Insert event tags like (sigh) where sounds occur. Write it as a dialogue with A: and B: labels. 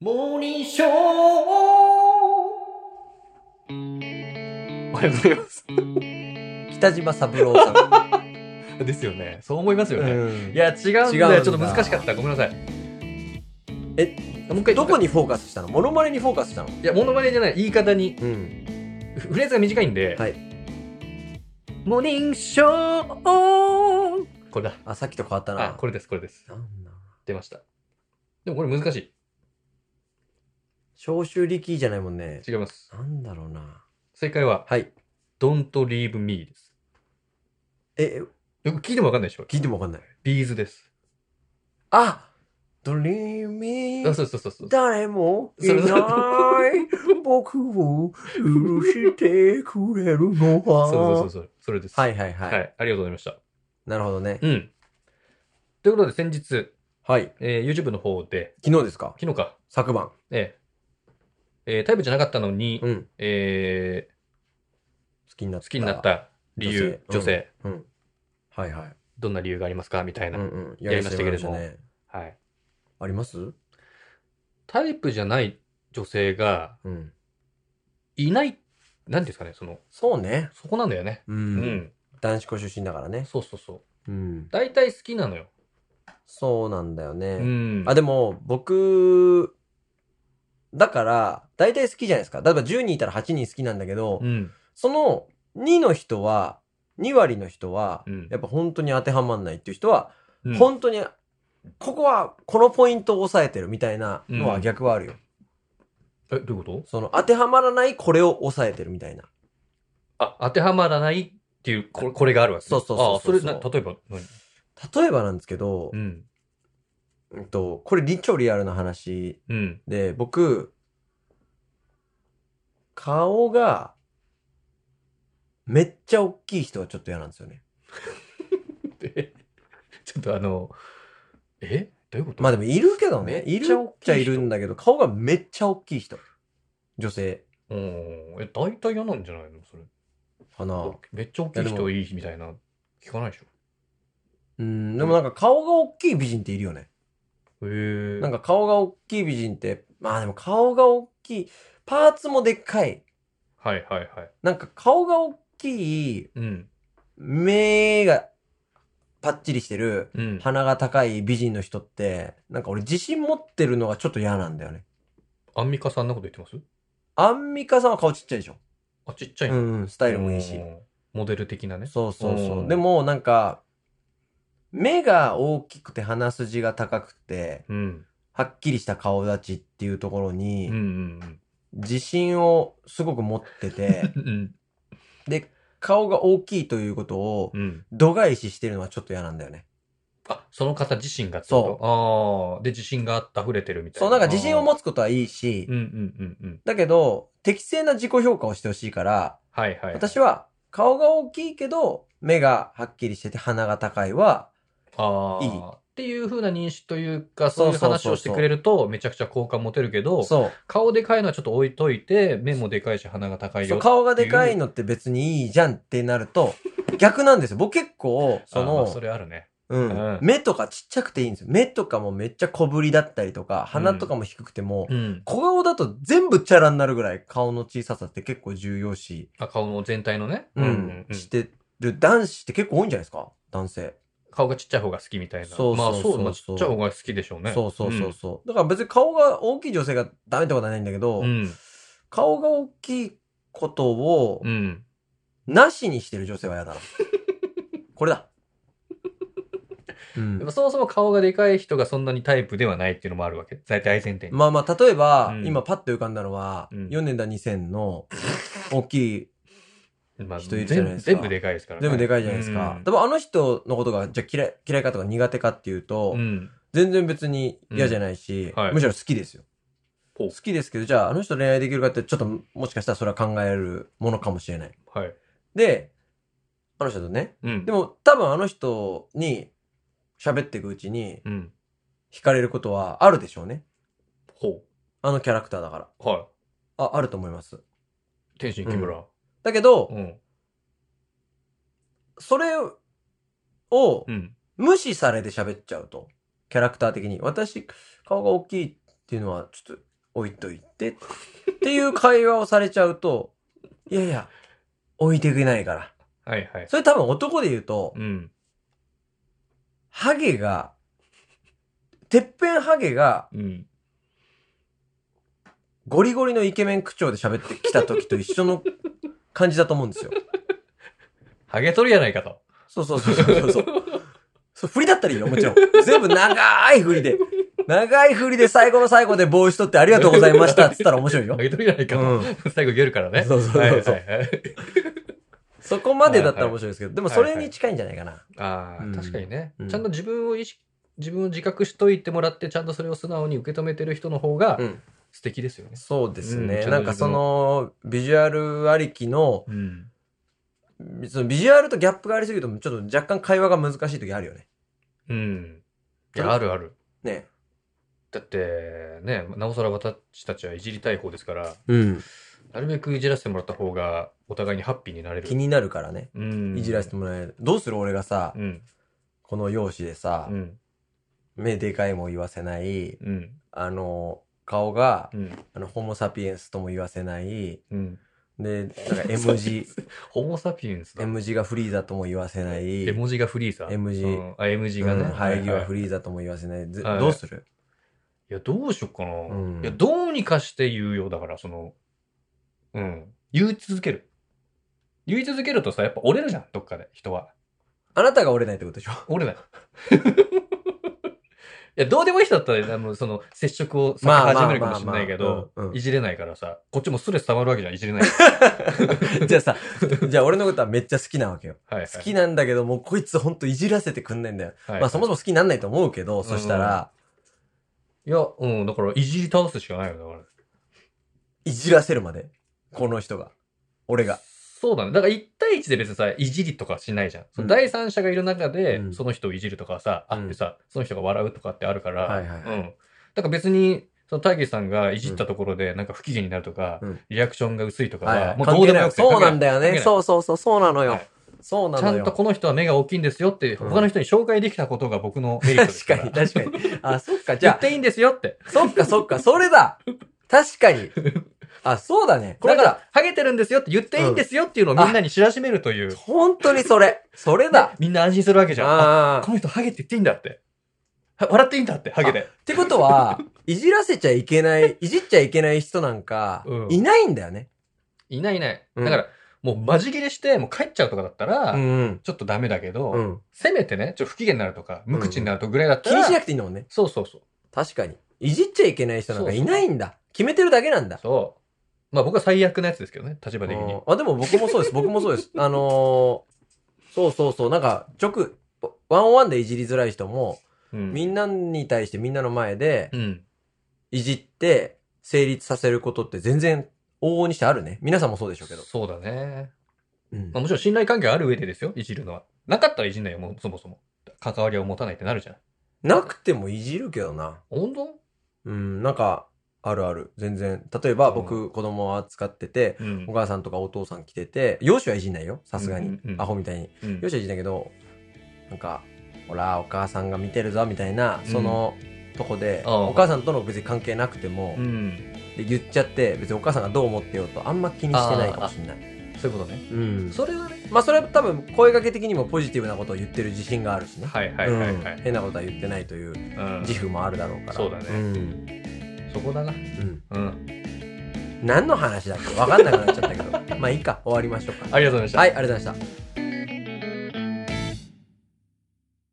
A: モーニングショー
B: おはようございます。
A: 北島三郎さん。
B: ですよね。そう思いますよね。
A: うん
B: いや、違うんだ
A: 違うんだ
B: よ。ちょっと難しかった。ごめんなさい。
A: え、
B: もう一回。
A: どこ
B: に
A: にフォーカスしたのモノマネにフォーカスしたの
B: いや、モノマネじゃない。言い方に。
A: うん。
B: フレーズが短いんで。
A: はい。
B: モーニングショーこれだ。
A: あ、さっきと変わったな。
B: あ、これです、これです。
A: なんだ
B: 出ました。でもこれ難し
A: 消臭力じゃないもんね
B: い。。違います。
A: なんだろうな。
B: 正解は、
A: はい。
B: Don't Leave Me です。
A: え、
B: よく聞いてもわかんないでしょ
A: 聞いてもわかんない。
B: ビーズです。
A: あドリーミ
B: あ
A: ー。
B: そうそうそうそう。
A: 誰もいな
B: (laughs) それ
A: い
B: それ
A: 僕を許してくれるの
B: そうそうそう。
A: は
B: そう。それです。
A: はいはい
B: は。
A: はいい。
B: ありがとうございました。
A: なるほどね。
B: うん。ということで、先日、
A: はい。
B: えー YouTube の方で、
A: 昨日ですか
B: 昨日か、
A: 昨晩。
B: えええータイプじゃなかったのに、
A: うん。
B: え
A: 好きになっ
B: ー
A: た。
B: 好きになった理由、女性
A: 女性、うん。はいはい。
B: どんな理由がありますかみたいな、
A: うんうん。
B: やりましたけれども
A: やりましたね
B: はい。
A: あります
B: タイプじゃない女性が
A: うん。
B: いない、なんていうんですかね、その、
A: そうね。
B: そこなんだよね。
A: う
B: うん。
A: ん。男子校出身だからね。
B: そうそうそう。
A: うん。
B: 大体好きなのよ。
A: そうなんだよ
B: う
A: ね。
B: ん。
A: あ、でも、僕、だから、大体好きじゃないですか。例えば10人いたら8人好きなんだけど、
B: うん。
A: その2の人は、2割の人は、
B: うん
A: やっぱ本当に当てはまんないっていう人は、
B: うん
A: 本当に、ここは、このポイントを抑えてるみたいなのは逆はあるよ。
B: え、どういうこと
A: その、当てはまらないこれを抑えてるみたいな。
B: あ、当てはまらないっていう、これこれがあるわけ。
A: そうそうそうそう
B: あ、それな、例えば何、
A: 例えばなんですけど、
B: うん。
A: うんと、これ、リ超リアルな話
B: うん。
A: で、僕、顔が、めっちゃ大きい人はちょっと嫌なんですよね。
B: え (laughs) ちょっとあの、えどういうこと
A: まあでもいるけどね。
B: め
A: い
B: っちゃ
A: る
B: 大きい人
A: っちゃいるんだけど、顔がめっちゃ大きい人。女性
B: うん。え、大体嫌なんじゃないのそれ。
A: かな。
B: めっちゃ大きい人いいみたいな、聞かないでしょ。
A: うん、でもなんか顔が大きい美人っているよね。
B: へえ
A: なん
B: か、
A: か顔が大きい美人って、まあでも顔が大きい、パーツもでっかい。
B: はいはいはい。
A: なんか顔が大きい、
B: うん。
A: 目がパッチリしてる、
B: うん。
A: 鼻が高い美人の人って、なんか俺自信持ってるのがちょっと嫌なんだよね。
B: アンミカさんのこと言ってます
A: アンミカさんは顔ちっちゃいでしょ。
B: あ、ちっちゃい、
A: う、んうん、スタイルもいいし。。
B: モデル的なね。
A: そうそうそうう。
B: ん
A: でもなんか、目が大きくて鼻筋が高くて、
B: うん。
A: はっきりした顔立ちっていうところ
B: うんう
A: に、
B: ん
A: 自信をすごく持ってて
B: (laughs) う、ん。
A: で、顔が大きいということを
B: う、ん。
A: 度外視してるのはちょっと嫌なんだよね。
B: あ、その方自身が。
A: そう
B: ああー。で、自信が溢れてるみたいな。
A: そう、なんか自信を持
B: つ。
A: つことはいいし
B: うん、うんうんうん。
A: だけど、適正な自己評価をしてほしいから、
B: はいはい。
A: 私は顔が大きいけど、目がはっきりしてて鼻が高いは、
B: ああ。
A: いい
B: っていう風な認識というか、
A: そ
B: そうういうう
A: そそうそう
B: 話をしてくれると、めちゃくちゃ好感持てるけど、
A: そ
B: 顔でかいのはちょっと置いといて、目もでかいし、鼻が高
A: う
B: い
A: そう、
B: よ。
A: 顔がでかいのって別にいいじゃんってなる
B: (laughs)
A: と、逆なんですよ。僕結構、そ
B: あーまあそ
A: の、
B: れあるね。
A: うん
B: うん、
A: 目とかちっちゃくていいんですよ。目とかもめっちゃ小ぶりだったりとか、鼻とかも低くても、
B: うん。
A: 小顔だと全部チャラになるぐらい顔の小ささって結構重要視、
B: あ、顔の全体のね。
A: うん、してる男子って結構多いんじゃないですか男性。
B: 顔がちっちゃい方が好きみたいな。
A: そうそうそうそ
B: まあ、
A: う
B: そう、まあ、ちっちゃい方が好きでしょうね。
A: そうそうそうそう。だから別に顔が大きい女性がダメってことはないんだけど、
B: うん。うん。
A: 顔が大きいことを
B: う、ん。
A: なしにしてる女性は
B: (laughs)
A: 嫌だな。これだ。う
B: でも
A: ん。
B: そもそも顔がでかい人がそんなにタイプではないっていうのもあるわけ。大体前提に。
A: まあまあ、例えば、
B: うん
A: 今パッと浮かんだのは、
B: うん
A: 4年だ2000の大きい、
B: まあ
A: 人いるじゃないですか
B: 全部全部でかいですからね。
A: 全部でかいじゃないですか。
B: うん
A: 多分あの人のことが、じゃあ嫌い、嫌いかとか苦手かっていうと、
B: うん。
A: 全然別に嫌じゃないし、
B: うんはい
A: むしろ好きですよ。
B: ほ
A: 好
B: う
A: きですけど、じゃああの人恋愛できるかって、ちょっともしかしたらそれは考えるものかもしれない。
B: はい。
A: で、あの人とね、
B: うん。
A: で
B: も、
A: も多分あの人に喋っていくうちに
B: うん。
A: 惹かれることはあるでしょうね。
B: ほ
A: あのキャラクターだから。
B: う。は
A: あ、あると思います。
B: い。天心木村。
A: だけど
B: う、ん。
A: それを
B: うん。
A: 無視されて喋っちゃうと。キャラクター的に。私、顔が大きいっていうのはちょっと置いといて、っていう会話をされちゃうと、いやいや、置いてくないから。
B: はいはい。
A: それ多分男で言うと、
B: うん。
A: ハゲが、てっぺんハゲが
B: うん。
A: ゴリゴリのイケメン口調で喋ってきた時と一
B: (laughs)
A: 緒の感じだと思うんですよ。
B: ハゲ取るやないかと。
A: そうそうそうそ
B: (laughs)
A: うそう。そう振りだったらいいよ、もちろん。全部長い振りで。長い振りで最後の最後で帽子取ってありがとうございましたって言ったら面白いよ
B: ハ。ゲ取るやないかと。
A: うん
B: (laughs) 最後言えるからね。
A: そうそうそうそう
B: はいはいはい
A: そこまでだったら面白いですけど、でも
B: はいは
A: そ
B: い
A: れに近いんじゃないかな。
B: ああ、
A: うん
B: 確かにね、
A: うん
B: ちゃんと自分を意識、自分を自覚しといてもらって、ちゃんとそれを素直に受け止めてる人の方が
A: うん。
B: 素敵ですよね。
A: そうです
B: うんち
A: ね。
B: ゃんと
A: なんかその、ビジュアルありきの、
B: うん。
A: そのビジュアルとギャップがありすぎると、ちょっと若干会話が難しい時あるよね。
B: うん。いや、あるある。
A: ね。
B: だって、ね、なおさら私たちはいじりたい方ですから、
A: うん。
B: なるべくいじらせてもらった方が、お互いにハッピーになれる。
A: 気になるからね。
B: うん。
A: いじらせてもらえる。どうする俺がさ、
B: うん。
A: この容姿でさ
B: う、ん。
A: 目でかいも言わせない、
B: うん。
A: あの、顔が
B: う、ん。
A: あの、ホモサピエンスとも言わせない。
B: うん。
A: で、なんか M 字、
B: ホモサピエンスだ。
A: M 字がフリーザとも言わせない。
B: 絵文字がフリーさ。
A: 絵文字
B: うんあ、絵文字
A: 字
B: がね。
A: 生え際
B: い
A: フリーザとも言わせない。ず
B: はい
A: どうする
B: いや、どうしよっかな。
A: うん
B: いや、どうにかして言うよ。だから、その、うん。言い続ける。言い続けるとさ、やっぱ折れるじゃん、どっかで、人は。
A: あなたが折れないってことでしょ (laughs)
B: 折れない。いや、どうでもいい人だったら、あの、その、接触をさ
A: まあまあ
B: 始めるかもしれないけど
A: まあまあうんう、ん
B: いじれないからさ、こっちもストレス溜まるわけじゃん、いじれないから。
A: じゃあさ、じゃあ俺のことはめっちゃ好きなわけよ。
B: はいはい。
A: 好きなんだけど、もうこいつほんといじらせてくんないんだよ。
B: はい
A: まあそもそも好きになんないと思うけど、そしたら、
B: いや、うん、だから、いじり倒すしかないよ、だから。
A: いじらせるまで。この人が。俺が。
B: そうだね。だから1対1で別にさ、いじりとかしないじゃん。その第三者がいる中で、
A: うん
B: その人をいじるとかさ、
A: うん
B: あってさ、その人が笑うとかってあるから、
A: はいはいはい
B: うん。だから別に、そのターゲーさんがいじったところで、なんか不機嫌になるとか、
A: うん
B: リアクションが薄いとかは、
A: はいはい
B: もうどうでもよくて。
A: 関係ないそうなんだよ
B: 関係
A: ね。
B: ない
A: そうそうそう、そうなのよ。
B: はい
A: そうな
B: ちゃ
A: の
B: ん
A: よ。
B: とこの人は目が大きいんですよって、
A: うん
B: 他の人に紹介できたことが僕のメリットです
A: 確か
B: から。
A: に、 (laughs) 確かに。あ、そっか、じ
B: 言
A: ゃ
B: っていいんですよって。
A: あ、そっか、そっか、それだ確かに。あ、そうだね。
B: これ
A: だ
B: か
A: から
B: ら、ハゲてるんですよって言っていいんですよっていうのをみんなに知らしめるという。、
A: 本当にそれ。それだ。
B: みんな安心するわけじゃん。あ
A: ああ。
B: この人ハゲって言っていいんだって。は笑っていいんだって、ハゲで。
A: ってことは、いじらせちゃいけない、いじっちゃいけない人なんか
B: う、ん
A: いないんだよね。
B: いないいない。
A: うん
B: だから、もう間仕切れして、もう帰っちゃうとかだったら、
A: うん。
B: ちょっとダメだけど、
A: うん。
B: せめてね、ちょっと不機嫌になるとか、無口になるとぐらいだった
A: 気
B: ら、
A: にしなくていいんだもんね。
B: そうそうそう。
A: 確かに。いじっちゃいけない人なんかいないんだ。決めてるだけなんだ。
B: そう。まあ僕は最悪なやつですけどね、立場的
A: う
B: に
A: ん。あ、でも僕もそうです。僕もそうです。
B: (laughs)
A: あのーそうそうそう。なんか、直、ワンオンワンでいじりづらい人も、
B: うん。
A: みんなに対してみんなの前で
B: う、ん。
A: いじって、成立させることって全然、往々にしてあるね。皆さんもそうでしょうけど。
B: そうだね。
A: うん
B: まあ、もちろん信頼関係ある上でですよ、いじるのは。なかったらいじんないよ、もうそもそも。関わりを持たないってなるじゃん。
A: なくてもいじるけどな。
B: 温度
A: うん、なんか、あるある。全然。例えば、
B: う
A: 僕、子供を扱ってて、
B: うん
A: お母さんとかお父さん来てて、容姿はいじんないよ。さすが
B: う
A: に
B: んうんう。ん
A: アホみたいに。
B: うん
A: よしは言ってたけどなんかほらお母さんが見てるぞみたいなその、とこで
B: ああ
A: お母さんとの別に関係なくても、
B: うん。
A: で言っちゃって別にお母さんがどう思ってようとあんま気にしてないかもしれない、
B: そういうことね。
A: うん、
B: それはね。
A: まあそれは多分声かけ的にもポジティブなことを言ってる自信があるしね、
B: はいはいはいは
A: うん
B: い。
A: 変なことは言ってないという
B: うん
A: 自負もあるだろうから
B: そうだね
A: うん
B: そこだな。
A: うん
B: うん。
A: 何の話だっけ分かんなくなっちゃったけど (laughs) まあいいか終わりましょうか
B: ありがとうございました。
A: はいありがとうございました